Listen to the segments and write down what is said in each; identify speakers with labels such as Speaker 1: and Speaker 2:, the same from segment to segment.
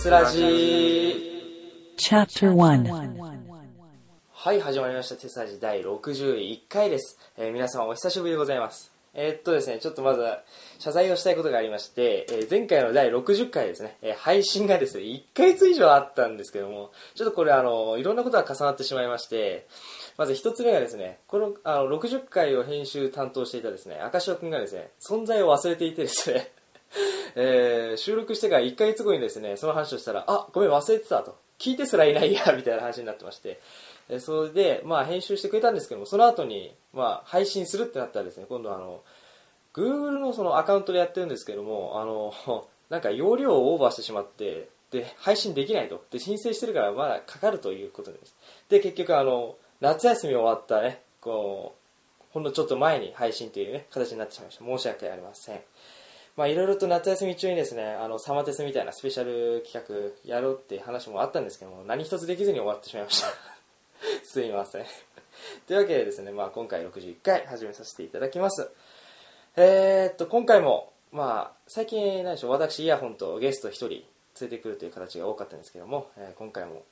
Speaker 1: スラジー
Speaker 2: Chapter 1
Speaker 1: はい、始まりました。テスラジ第61回です。えー皆様お久しぶりでございます。えーっとですね、ちょっとまず謝罪をしたいことがありまして、えー前回の第60回ですね、えー配信がですね、1ヶ月以上あったんですけども、ちょっとこれあの、いろんなことが重なってしまいまして、まず一つ目がですね、このあの60回を編集担当していたですね、赤潮くんがですね、存在を忘れていてですね、 えー収録してから1ヶ月後にですね、その話をしたら、あ、ごめん忘れてたと。聞いてすらいないや、みたいな話になってまして。えーそれで、まあ編集してくれたんですけども、その後に、まあ配信するってなったらですね、今度あの、Google のそのアカウントでやってるんですけども、あの、 なんか容量をオーバーしてしまって、で、配信できないと。で、申請してるからまだかかるということです。で、結局あの、夏休み終わったね、こう、ほんのちょっと前に配信というね、形になってしまいました。申し訳ありません。まあいろいろと夏休み中にですね、あの、サマテスみたいなスペシャル企画やろうっていう話もあったんですけども、何一つできずに終わってしまいました。すいません。 というわけでですね、まあ今回61回始めさせていただきます。えー、っと、今回も、まあ最近何でしょう、私イヤホンとゲスト1人連れてくるという形が多かったんですけども、えー今回も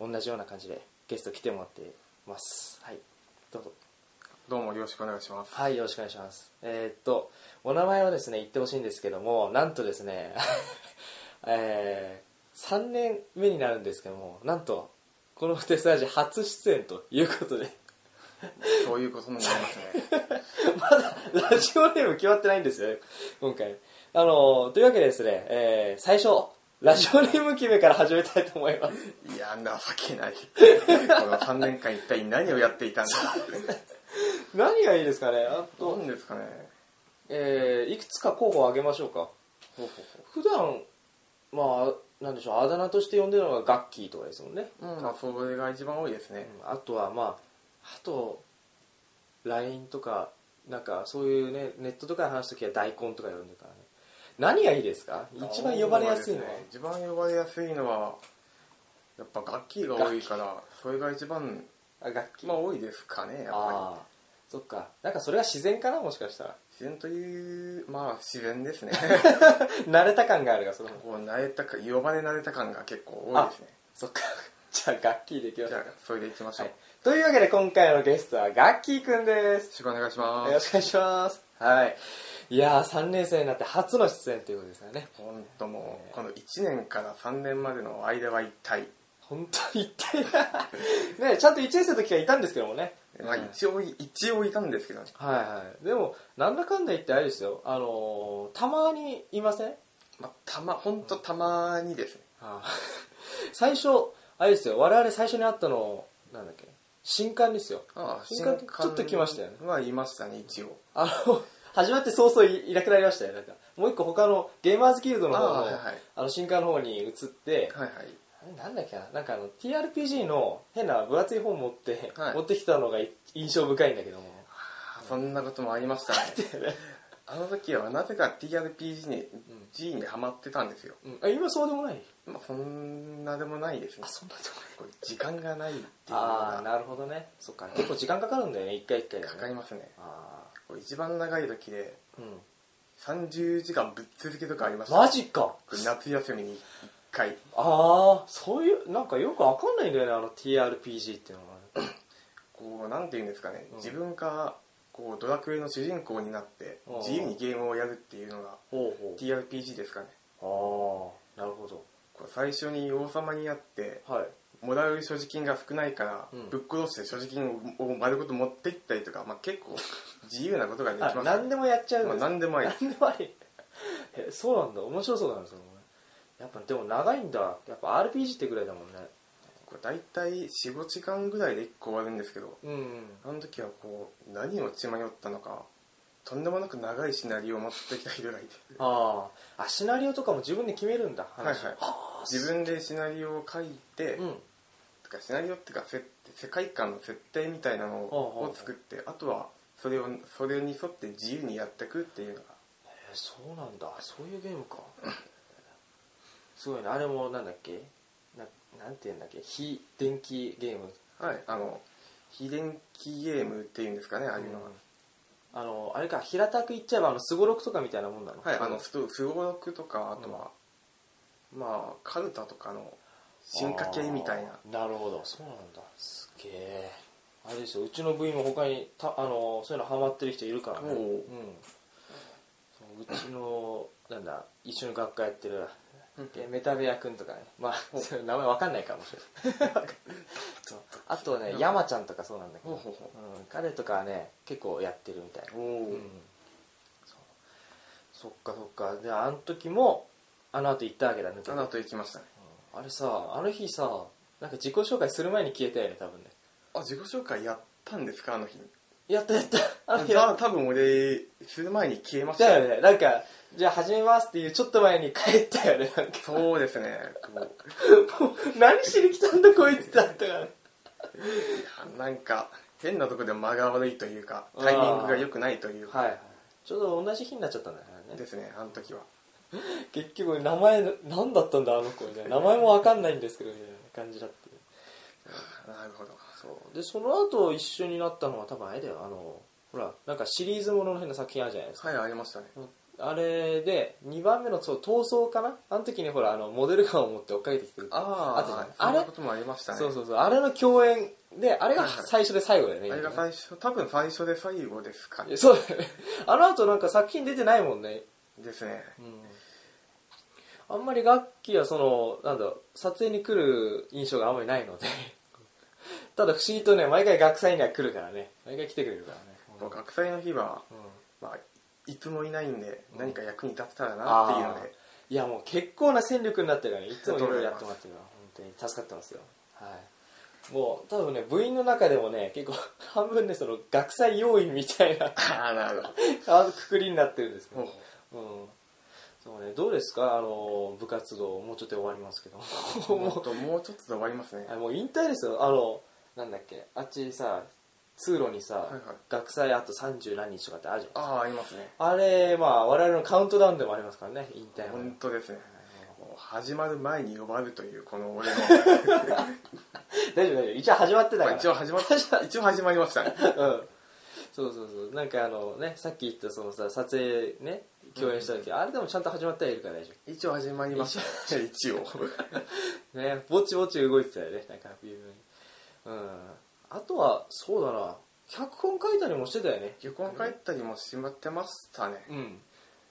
Speaker 1: 同じような感じでゲスト来てもらってます。はい。どうぞ。
Speaker 3: どうもよろしくお願いします。
Speaker 1: はい、よろしくお願いします。えーっと、お名前をですね、言ってほしいんですけども、なんとですね、 えー、3年目になるんですけども、なんと、このテスラジ初出演ということで、
Speaker 3: そういうことになりま すね。
Speaker 1: まだラジオネーム決まってないんですよね、今回。あの、というわけでですね、えー、最初、ラジオネーム決めから始めたいと思います。
Speaker 3: いや、情けない。この3年間一体何をやっていたんだ
Speaker 1: 何がいいですかねあ
Speaker 3: どう
Speaker 1: と、
Speaker 3: なんですかね。
Speaker 1: えー、いくつか候補を挙げましょうか。
Speaker 3: ほうほ
Speaker 1: 普段まあなんでしょうあだ名として呼んでるのがガッキーとかですもんね、
Speaker 3: うほううん、まあ、それが一番多いですね。
Speaker 1: あとはまああと LINE とかなんかそういうねネットとかで話す時は大根とか呼んでるからね何がいいですか一番呼ばれやすいのは
Speaker 3: そうですね一番呼ばれやすいのは、やっぱ楽器が多いから、それが一番、
Speaker 1: あ楽器
Speaker 3: まあ多いですかね、やっぱ
Speaker 1: ああそっかなんかそれが自然かなもしかしたら
Speaker 3: り。自然という、まあ自然です ね。
Speaker 1: 慣れた感があるがその
Speaker 3: こう、慣れたか、呼ばれ慣れた感が結構多いですね。
Speaker 1: そっか じゃあガッキーでいきまし
Speaker 3: じ
Speaker 1: ょ
Speaker 3: ゃ
Speaker 1: う
Speaker 3: あ、それでいきましょう。
Speaker 1: はいというわけで今回のゲストはガッキーくんです
Speaker 3: よろしくお願いしま
Speaker 1: よろ
Speaker 3: す。
Speaker 1: しくお願いします。はい。いやー、3年生になって初の出演ということですよね。
Speaker 3: 本当もう、この1年から3年までの間は一体、
Speaker 1: 本当に言って なね、ちゃんと1年生の時はいたんですけどもね。
Speaker 3: まあ
Speaker 1: うん
Speaker 3: 一応、一応いたんですけどね。
Speaker 1: はいはい。でも、なんだかんだ言ってあれですよ。あのー、たまにいません
Speaker 3: まあ、たま、ほんとたまにですね。
Speaker 1: あー 最初、あれですよ。我々最初に会ったの、なんだっけ新刊ですよ。
Speaker 3: ああ
Speaker 1: 新刊ちょっと来ましたよね。
Speaker 3: はいましたね、一応。
Speaker 1: あの、始まって早々いいなくなりましたよ。なんか、もう一個他のゲーマーズギルドの方の、あ,、
Speaker 3: ああはいはい
Speaker 1: の、新刊の方に移って、
Speaker 3: はいはい。
Speaker 1: なんだっけななんかあの TRPG の変な分厚い本持って、
Speaker 3: はい
Speaker 1: 持ってきたのがい印象深いんだけども
Speaker 3: あそんなこともありましたね。あの時はなぜか TRPG に、G にハマってたんですよ。
Speaker 1: うんあ今そうでもない
Speaker 3: まあそんなでもないですね。
Speaker 1: そんなとこ
Speaker 3: こう時間がないっていうの
Speaker 1: ああ
Speaker 3: が
Speaker 1: なるほどねそっか結構時間かかるんだよね一回一回でね
Speaker 3: かかりますね。
Speaker 1: あ
Speaker 3: こう一番長い時で
Speaker 1: ーうん
Speaker 3: 30時間ぶっ続けとかありました。
Speaker 1: マジか
Speaker 3: これ夏休みに1回。
Speaker 1: ああそういうなんかよくわかんないんだよねあの TRPG っていうのは
Speaker 3: こうなんていうんですかね、
Speaker 1: うん
Speaker 3: 自分がこうドラクエの主人公になって
Speaker 1: うん
Speaker 3: 自由にゲームをやるっていうのが
Speaker 1: ほう
Speaker 3: TRPG ですかね
Speaker 1: ほうああなるほど
Speaker 3: こう最初に王様になって
Speaker 1: はい
Speaker 3: もらう所持金が少ないから、
Speaker 1: うん
Speaker 3: ぶっ殺して所持金を丸ごと持っていったりとか、まあ、結構自由なことができま す
Speaker 1: あ何でもやっちゃうん
Speaker 3: ま
Speaker 1: で
Speaker 3: あ
Speaker 1: す
Speaker 3: 何でもあり
Speaker 1: 何でもあり えそうなんだ面白そうだなそのやっぱでも長いんだやっぱ RPG ってぐらいだもんね
Speaker 3: こう大体45時間ぐらいで1個終わるんですけど
Speaker 1: うんうん
Speaker 3: あの時はこう何を血迷ったのかとんでもなく長いシナリオを持ってきた人がいて
Speaker 1: あああシナリオとかも自分で決めるんだ
Speaker 3: はいはい
Speaker 1: 話
Speaker 3: 自分でシナリオを書いて、
Speaker 1: うん
Speaker 3: てかシナリオっていうか設定世界観の設定みたいな
Speaker 1: ほうほ
Speaker 3: の
Speaker 1: うほ
Speaker 3: を
Speaker 1: う
Speaker 3: を作ってあとはそれをそれに沿って自由にやってくっていうのが
Speaker 1: えーそうなんだそういうゲームか すごいねあれもなんだっけななんて言うんだっけ非電気ゲーム
Speaker 3: はいあの非電気ゲームっていうんですかねああいうのは、
Speaker 1: うんあのあれか平たく言っちゃえばあのすごろくとかみたいなもんなの
Speaker 3: はいあのストスゴロクとかあとは、まあカルタとかの進化系みたいな
Speaker 1: あーなるほどそうなんだすげえあれですようちの部員も他にたあのそういうのハマってる人いるからね
Speaker 3: おう
Speaker 1: うん、そううちのなんだ一緒に学科やってるでメタベア君とかねまあそういう名前わかんないかもしれ ないそうあとね山ちゃんとかそうなんだけど、
Speaker 3: ほうほうほ
Speaker 1: うん彼とかはね結構やってるみたいな
Speaker 3: おお、
Speaker 1: うんそうそっかそっかであの時もあの後行ったわけだ抜けて
Speaker 3: あの後行きましたね
Speaker 1: あれさあの日さなんか自己紹介する前に消えたよね多分ね
Speaker 3: あ自己紹介やったんですかあの日
Speaker 1: やったやったあの日や
Speaker 3: た多分俺する前に消えま
Speaker 1: っ
Speaker 3: したた
Speaker 1: よねなんかじゃあ始めますっていうちょっと前に帰ったよねなんか
Speaker 3: そうですねこ
Speaker 1: もう何しに来たんだこいつってなったからね
Speaker 3: うなんか変なとこで間が悪いというかタイミングが良くないというか
Speaker 1: はいはいちょうど同じ日になっちゃったんだからね
Speaker 3: ですねあの時は
Speaker 1: 結局名前何だったんだあの子みたいな名前もわかんないんですけどみたいな感じだって
Speaker 3: なるほど
Speaker 1: そうでその後一緒になったのは多分あれだよあのほらなんかシリーズものの変な作品あるじゃないですか
Speaker 3: はいありましたね
Speaker 1: あれで2番目のそう闘争かなあの時にほらあのモデルガンを持って追っかけてきてる
Speaker 3: あ
Speaker 1: とね
Speaker 3: あそ
Speaker 1: あ
Speaker 3: ん
Speaker 1: れ
Speaker 3: なこともありましたね
Speaker 1: そうそうそうあれの共演であれが
Speaker 3: はいはい
Speaker 1: 最初で最後だよね、
Speaker 3: あれが最初多分最初で最後ですかね
Speaker 1: そう だよねあの後なんか作品出てないもんね、
Speaker 3: ですね
Speaker 1: あんまり楽器はそのなんだろう撮影に来る印象があんまりないので ただ不思議とね毎回学祭には来るからね毎回来てくれるからね、
Speaker 3: もう学祭の日は
Speaker 1: うん
Speaker 3: まあいつもいないんで
Speaker 1: うん
Speaker 3: 何か役に立てたらなっていうので
Speaker 1: いやもう結構な戦力になってるからねいつもいろいろやってもらってるから本当に助かってますよはいもう多分ね部員の中でもね結構 半分でその学祭要員みたいな
Speaker 3: ああなるほ
Speaker 1: あのくくりになってるんですけど、
Speaker 3: ど
Speaker 1: うん
Speaker 3: も、
Speaker 1: そうねどうですかあの部活動もうちょっとで終わりますけど
Speaker 3: う
Speaker 1: も
Speaker 3: も
Speaker 1: う
Speaker 3: っともうちょっとで終わりますね
Speaker 1: あもう引退ですよあのなんだっけあっちさ通路にさ、
Speaker 3: いはい
Speaker 1: 学祭あと30何日とかってあるじゃん
Speaker 3: ああありますね
Speaker 1: あれまあ我々のカウントダウンでもありますからね引退のね
Speaker 3: 本当ですねもう始まる前に呼ばれるというこの俺の
Speaker 1: 大丈夫大丈夫一応始まってたか
Speaker 3: まあ
Speaker 1: ら
Speaker 3: 一応始まった一応始まりましたね
Speaker 1: うんそうそうそうなんかあのねさっき言ったそのさ撮影ね共演した時、あれでもちゃんと始まったらいるから大丈
Speaker 3: 一応始まりました一応
Speaker 1: 夫ねぼちぼち動いてたよねなんか微妙にうんあとはそうだな脚本書いたりもしてたよね
Speaker 3: 旅行帰ったりもしまってましたね
Speaker 1: うん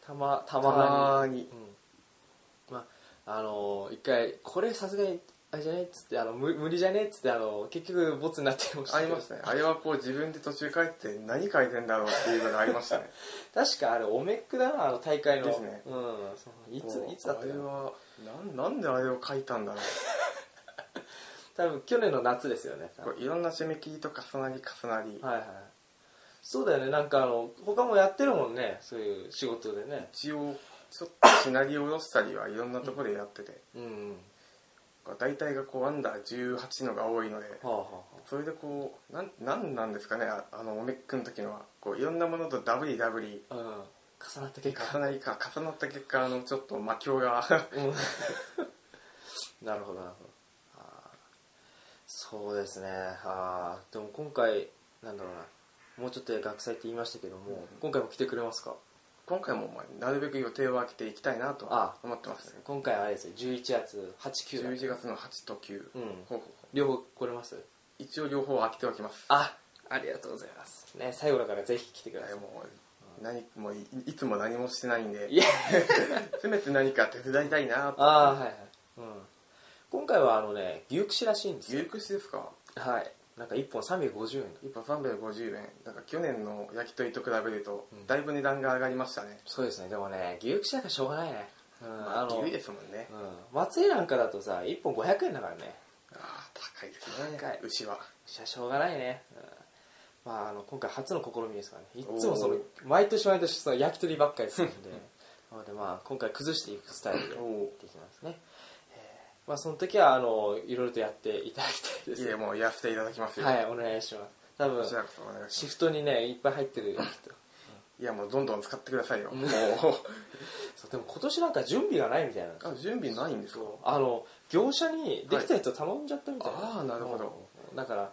Speaker 1: たまた
Speaker 3: た
Speaker 1: まに
Speaker 3: まーに
Speaker 1: うんまああの一回これさすがにあれじゃねっつってあの無無理じゃねっつってあの結局ボツになってました
Speaker 3: あ
Speaker 1: け
Speaker 3: り
Speaker 1: ど
Speaker 3: ましたねあれはこう自分で途中帰って何書いてんだろうっていうのがありましたね
Speaker 1: 確かあれオメックだなあの大会の
Speaker 3: ですね
Speaker 1: うんそのいつ
Speaker 3: こう
Speaker 1: いつだった
Speaker 3: あ
Speaker 1: か
Speaker 3: れ
Speaker 1: な
Speaker 3: はなんなんであれを書いたんだろ
Speaker 1: 多分去年の夏ですよね
Speaker 3: うこういろんな締め切りと重なり重なり、
Speaker 1: はいはいそうだよねなんかあの他もやってるもんねそういう仕事でね
Speaker 3: 一応ちょっとシナリオ下ろしたりはいろんなところでやってて、
Speaker 1: うんうん
Speaker 3: こう大体がこうアンダー18のが多いので、
Speaker 1: はあはあは
Speaker 3: それでこうなんなんなんですかねああのおめっくん時のはこういろんなものとダブリダブリ
Speaker 1: あうん重なった結果
Speaker 3: 重なりか重なった結果あのちょっと魔境が
Speaker 1: うんなるほどなるほどあーそうですねあーでも今回なんだろうなもうちょっとで学祭って言いましたけども、今回も来てくれますか
Speaker 3: 今回もまあなるべく予定を空けていきたいなと
Speaker 1: あ
Speaker 3: 思ってますね
Speaker 1: 今回はあれですよ11月89だ
Speaker 3: 11月の8と9、
Speaker 1: うん
Speaker 3: ほうほう
Speaker 1: 両方来れます
Speaker 3: 一応両方空けておきます
Speaker 1: あありがとうございますね最後だからぜひ来てくだ
Speaker 3: い
Speaker 1: さい
Speaker 3: やもう何もういいつも何もしてないんで
Speaker 1: いや
Speaker 3: せめて何か手伝いたいなと
Speaker 1: ああはいはい、うん、今回はあのね牛串らしいんです
Speaker 3: 牛
Speaker 1: よ
Speaker 3: 串ですか
Speaker 1: はいなんか1本350円
Speaker 3: 一本350円なんか去年の焼き鳥と比べるとだいぶ値段が上がりましたね、
Speaker 1: そうですねでもね牛串なんかしょうがないねうん、
Speaker 3: ま
Speaker 1: あ
Speaker 3: あ
Speaker 1: の、う
Speaker 3: 牛
Speaker 1: ん、
Speaker 3: ですもんね、
Speaker 1: 松江なんかだとさ1本500円だからね
Speaker 3: ああ高いですね
Speaker 1: 高い
Speaker 3: 牛は
Speaker 1: しゃしょうがないね、うん、まああの今回初の試みですからねいつもその
Speaker 3: おー
Speaker 1: 毎年毎年その焼き鳥ばっかりするんでなのでまあ今回崩していくスタイルでや
Speaker 3: お
Speaker 1: っていきますねえーまあその時はあのいろいろとやっていただきたいです
Speaker 3: いやもうやらせていただきますよ、
Speaker 1: はいお願いします多分
Speaker 3: こちらこそお願いし
Speaker 1: シ
Speaker 3: ま
Speaker 1: フトにねいっぱい入ってる人
Speaker 3: すいやもうどんどん使ってくださいよ、もう
Speaker 1: そうでも今年なんか準備がないみたいな
Speaker 3: あ準備ないんですか
Speaker 1: あの業者にできたやつを頼んじゃったみたいな、
Speaker 3: はいあーなるほど
Speaker 1: だから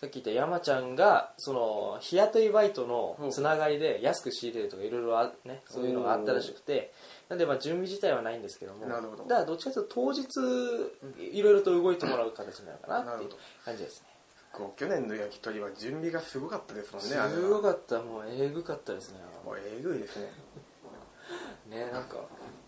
Speaker 1: さっき言った山ちゃんがその日雇いバイト
Speaker 3: ほ
Speaker 1: の
Speaker 3: う
Speaker 1: つながりで安く仕入れるとかいろいろあねそういうのがあったらしくてなんでまあ準備自体はないんですけども
Speaker 3: なるほど
Speaker 1: だからどっちかというと当日いろいろと動いてもらう形なのかな
Speaker 3: な
Speaker 1: ってい
Speaker 3: るほ
Speaker 1: う
Speaker 3: ど
Speaker 1: 感じですね
Speaker 3: こう去年の焼き鳥は準備がすごかったですもんねあれ
Speaker 1: す
Speaker 3: は
Speaker 1: ごかったもうえぐかったですね
Speaker 3: もうえぐいですね
Speaker 1: ねなんか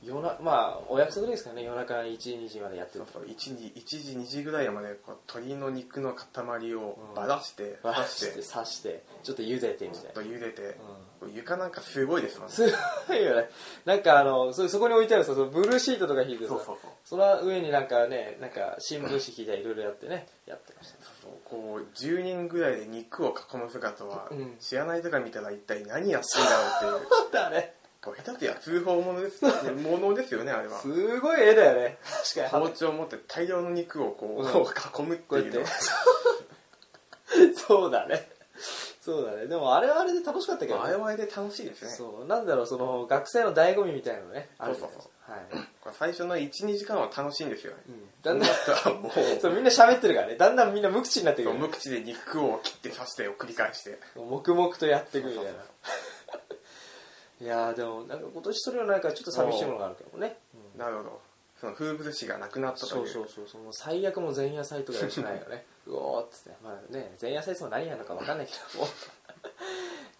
Speaker 1: 夜なまあお約束ですからね夜中12時までやって
Speaker 3: そ
Speaker 1: る
Speaker 3: うそう 1, 時1時2時ぐらいまでこう鶏の肉の塊をばらして
Speaker 1: わ
Speaker 3: 刺
Speaker 1: ー
Speaker 3: して
Speaker 1: して
Speaker 3: ち
Speaker 1: 刺してちょっと茹でてみたい
Speaker 3: ょっ
Speaker 1: な
Speaker 3: と茹でてこう床なんかすごいですもんね
Speaker 1: すごいよね。なんかあの、そそこに置いてあるさ、そのブルーシートとか引いてさ、
Speaker 3: そうそうそう
Speaker 1: その上になんかね、なんか新聞紙引いたりいろいろやってね、やってました、ね。
Speaker 3: そうこう10人ぐらいで肉を囲む姿は、
Speaker 1: うん
Speaker 3: 知らない人が見たら一体何やってんだろうっていう
Speaker 1: そうだね。
Speaker 3: こう下手すりゃ通報ものですよねものですよねあれは
Speaker 1: すごい絵だよね。確かに
Speaker 3: 包。丁を持って大量の肉をこう、囲むって
Speaker 1: こうや
Speaker 3: い
Speaker 1: っ
Speaker 3: うの
Speaker 1: て。そうだね。そうだね。でもあれはあれで楽しかったけど
Speaker 3: あ
Speaker 1: ね
Speaker 3: れ。はあれで楽しいですね
Speaker 1: そう。なんだろう、その学生の醍醐味みたいなのね。あるじゃないですかはい。
Speaker 3: こう最初の12時間は楽しいんですよね、
Speaker 1: だんだん、
Speaker 3: あとはもう
Speaker 1: そう、みんな喋ってるからね。だんだんみんな無口になってく
Speaker 3: そう
Speaker 1: る。
Speaker 3: 無口で肉を切って刺してを繰り返して
Speaker 1: 黙々とやっていくみたいな
Speaker 3: そうそう
Speaker 1: いやーでもなんか今年それはなんかちょっと寂しいものがあるけどね、
Speaker 3: なるほどその風物詩がなくなったと
Speaker 1: そ
Speaker 3: いう
Speaker 1: うそうそうそうもう最悪もう前夜祭とかやるしかないよね うおーっつって、まあね、前夜祭その何やるのか分かんないけども ね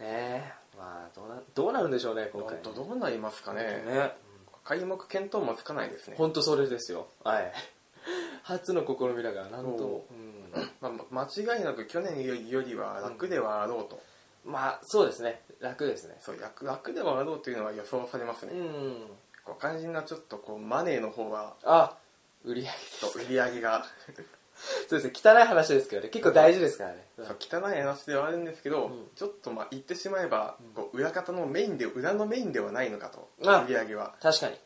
Speaker 1: えまあどうなどうなるんでしょうね今
Speaker 3: 本
Speaker 1: 回
Speaker 3: 当どうなりますかね
Speaker 1: ね
Speaker 3: 開幕見当もつかないですね、
Speaker 1: 本当それですよはい 初の試みだからなんとも
Speaker 3: そ、まあ、間違いなく去年よりは楽ではあろうと、
Speaker 1: うんまあそうですね楽ですね
Speaker 3: そう楽楽ではあろうというのは予想されますね、
Speaker 1: うん
Speaker 3: こう肝心なちょっとこうマネーの方は
Speaker 1: あ売り上げ
Speaker 3: ちょっと売り上げが
Speaker 1: そうですね汚い話ですけどね結構大事ですからね、うん
Speaker 3: そう汚い話ではあるんですけど、
Speaker 1: ん
Speaker 3: ちょっとまあ言ってしまえばこう裏方のメインで裏のメインではないのかと
Speaker 1: あ
Speaker 3: 売り上げは
Speaker 1: 確かに、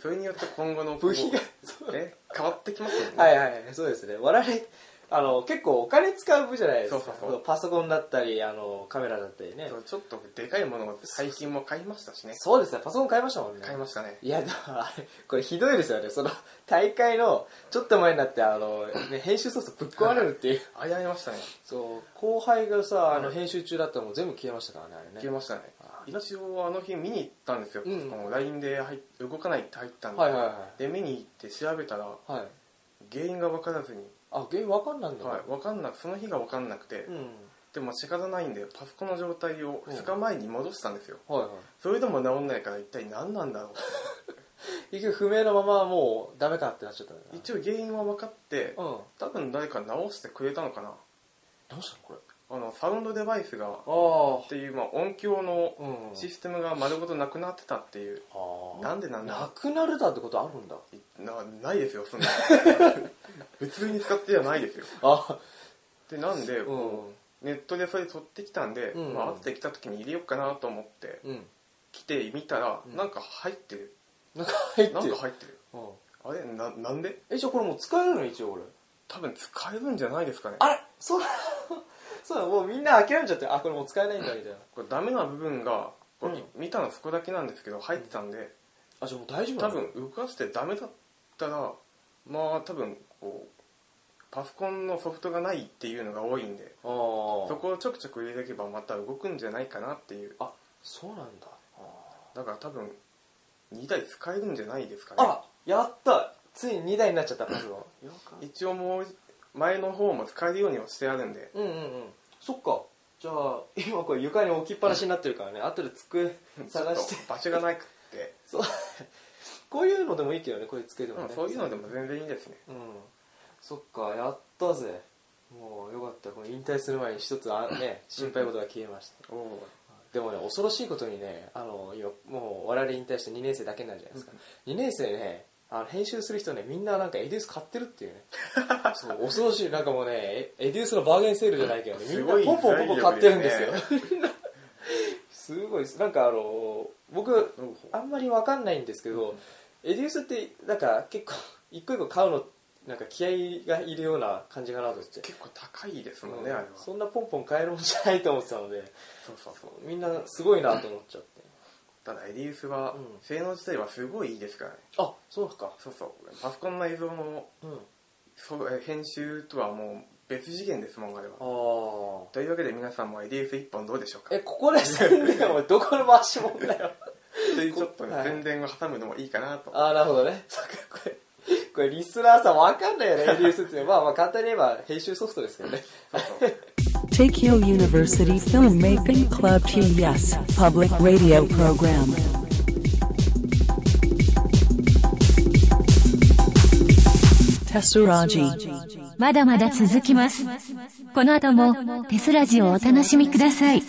Speaker 3: それによって今後の
Speaker 1: 部費が
Speaker 3: こうね、変わってきますよね、
Speaker 1: はいはいそうですね我々あの結構お金使う部じゃないですか
Speaker 3: そうそうそう
Speaker 1: パソコンだったりあのカメラだったりね
Speaker 3: そうちょっとでかいものを最近も買いましたしね
Speaker 1: そうですねパソコン買いましたもんね
Speaker 3: 買いましたね
Speaker 1: いやでもあれこれひどいですよねその大会のちょっと前になってあの、ね、編集ソフトぶっ壊れるっていう
Speaker 3: あやりましたね
Speaker 1: そう後輩がさあの編集中だったらもう全部消えましたからねあれ
Speaker 3: 消
Speaker 1: ね
Speaker 3: えましたね
Speaker 1: あ
Speaker 3: 一応あの日見に行ったんですよ、
Speaker 1: うん
Speaker 3: その LINE で入っ動かないって入ったんで、
Speaker 1: はいはいは
Speaker 3: で見に行って調べたら
Speaker 1: いはい
Speaker 3: 原因が分からずに、
Speaker 1: あ原因わかんないんだ、
Speaker 3: はい、分かんなくその日が分かんなくて、
Speaker 1: うん
Speaker 3: でも仕方ないんでパソコンの状態を
Speaker 1: うん
Speaker 3: 2日前に戻したんですよ、
Speaker 1: はいはい
Speaker 3: それでも治んないから一体何なんだろ
Speaker 1: 結局不明のままもうダメかってなっちゃったんだ
Speaker 3: う
Speaker 1: な
Speaker 3: 一応原因は分かって
Speaker 1: うん
Speaker 3: 多分誰か直してくれたのかな
Speaker 1: どうしたのこれ
Speaker 3: あのサウンドデバイスが
Speaker 1: あ
Speaker 3: っていう、まあ、音響の
Speaker 1: あうん
Speaker 3: システムが丸ごとなくなってたっていう
Speaker 1: あー
Speaker 3: なんでなんだ
Speaker 1: なくなるだってことあるんだ
Speaker 3: なないですよそ んな普通に使ってじゃないですよ
Speaker 1: あ
Speaker 3: でなんで、
Speaker 1: うん
Speaker 3: こうネットでそれ取ってきたんで、
Speaker 1: うん
Speaker 3: まあ後で来た時に入れようかなと思って
Speaker 1: うん
Speaker 3: 来てみたら、
Speaker 1: うん
Speaker 3: なんか入ってる
Speaker 1: なんか入って
Speaker 3: なん
Speaker 1: る
Speaker 3: か入ってる
Speaker 1: うん
Speaker 3: あれななんで
Speaker 1: えじゃあこれもう使えるの一応俺
Speaker 3: 多分使えるんじゃないですかね
Speaker 1: あれそう そうだもうみんな諦めちゃってあこれもう使えないんだみたいな
Speaker 3: これダメな部分がこれ、
Speaker 1: う
Speaker 3: 見たのそこだけなんですけど入ってたんで、
Speaker 1: あじゃあもう大丈夫な
Speaker 3: 多
Speaker 1: の
Speaker 3: 分動かしてダメだったらまあ多分こうパソコンのソフトがないっていうのが多いんで
Speaker 1: ああ
Speaker 3: そこをちょくちょく入れていけばまた動くんじゃないかなっていう
Speaker 1: あそうなんだ
Speaker 3: だから多分2台使えるんじゃないですかね
Speaker 1: あらやったついに2台になっちゃったパズル
Speaker 3: 一応もう前の方も使えるようにはしてあるんで
Speaker 1: うんうんうんそっかじゃあ今これ床に置きっぱなしになってるからね後で机 探し
Speaker 3: ち
Speaker 1: て
Speaker 3: ょっと場所がなくって、
Speaker 1: そうこういうのでもいいけどねこういう机でも
Speaker 3: う
Speaker 1: ね
Speaker 3: ん、そういうのでも全然いいですね
Speaker 1: うんそっかやったぜもうよかったこの引退する前に一つあ、 ね、心配事が消えました
Speaker 3: おお
Speaker 1: でもね恐ろしいことにねあの今もう我々引退して2年生だけなんじゃないですか2年生ねあの編集する人ねみんななんかエデュース買ってるっていう ねそう恐ろしいなんかもうねエエデュースのバーゲンセールじゃないけどねみんなポンポンポンポン買ってるんですよ すごいですなんかあの僕あんまりわかんないんですけど、エデュースってなんか結構一個一個買うのなんか気合がいるような感じかなと思って、
Speaker 3: 結構高いですもんね、
Speaker 1: うん
Speaker 3: あれはそ
Speaker 1: そう
Speaker 3: そ
Speaker 1: んなポンポン買えるもんじゃないと思ってたので
Speaker 3: うそう
Speaker 1: みんなすごいなと思っちゃって
Speaker 3: ただエリウスは
Speaker 1: うん
Speaker 3: 性能自体はすごいいいですからね
Speaker 1: あそうか
Speaker 3: そうそうパソコンの映像の
Speaker 1: うん
Speaker 3: そうえ編集とはもう別次元ですもんあれは
Speaker 1: あー
Speaker 3: というわけで皆さんも IDS 一本どうでしょうか
Speaker 1: え、ここで宣伝はどこの回しもんだよ。
Speaker 3: というちょっとね
Speaker 1: はい
Speaker 3: 宣伝を挟むのもいいかな と
Speaker 1: ああ、なるほどね。そっか、 これ、これリスナーさんわかんないよね、ADS っていうのは。まあまあ簡単に言えば編集ソフトですけどね。
Speaker 2: Tokyo University Filmmaking Club TES Public Radio Program. Tesseraji.
Speaker 4: まだまだ続きます。この後もテスラジをお楽しみください。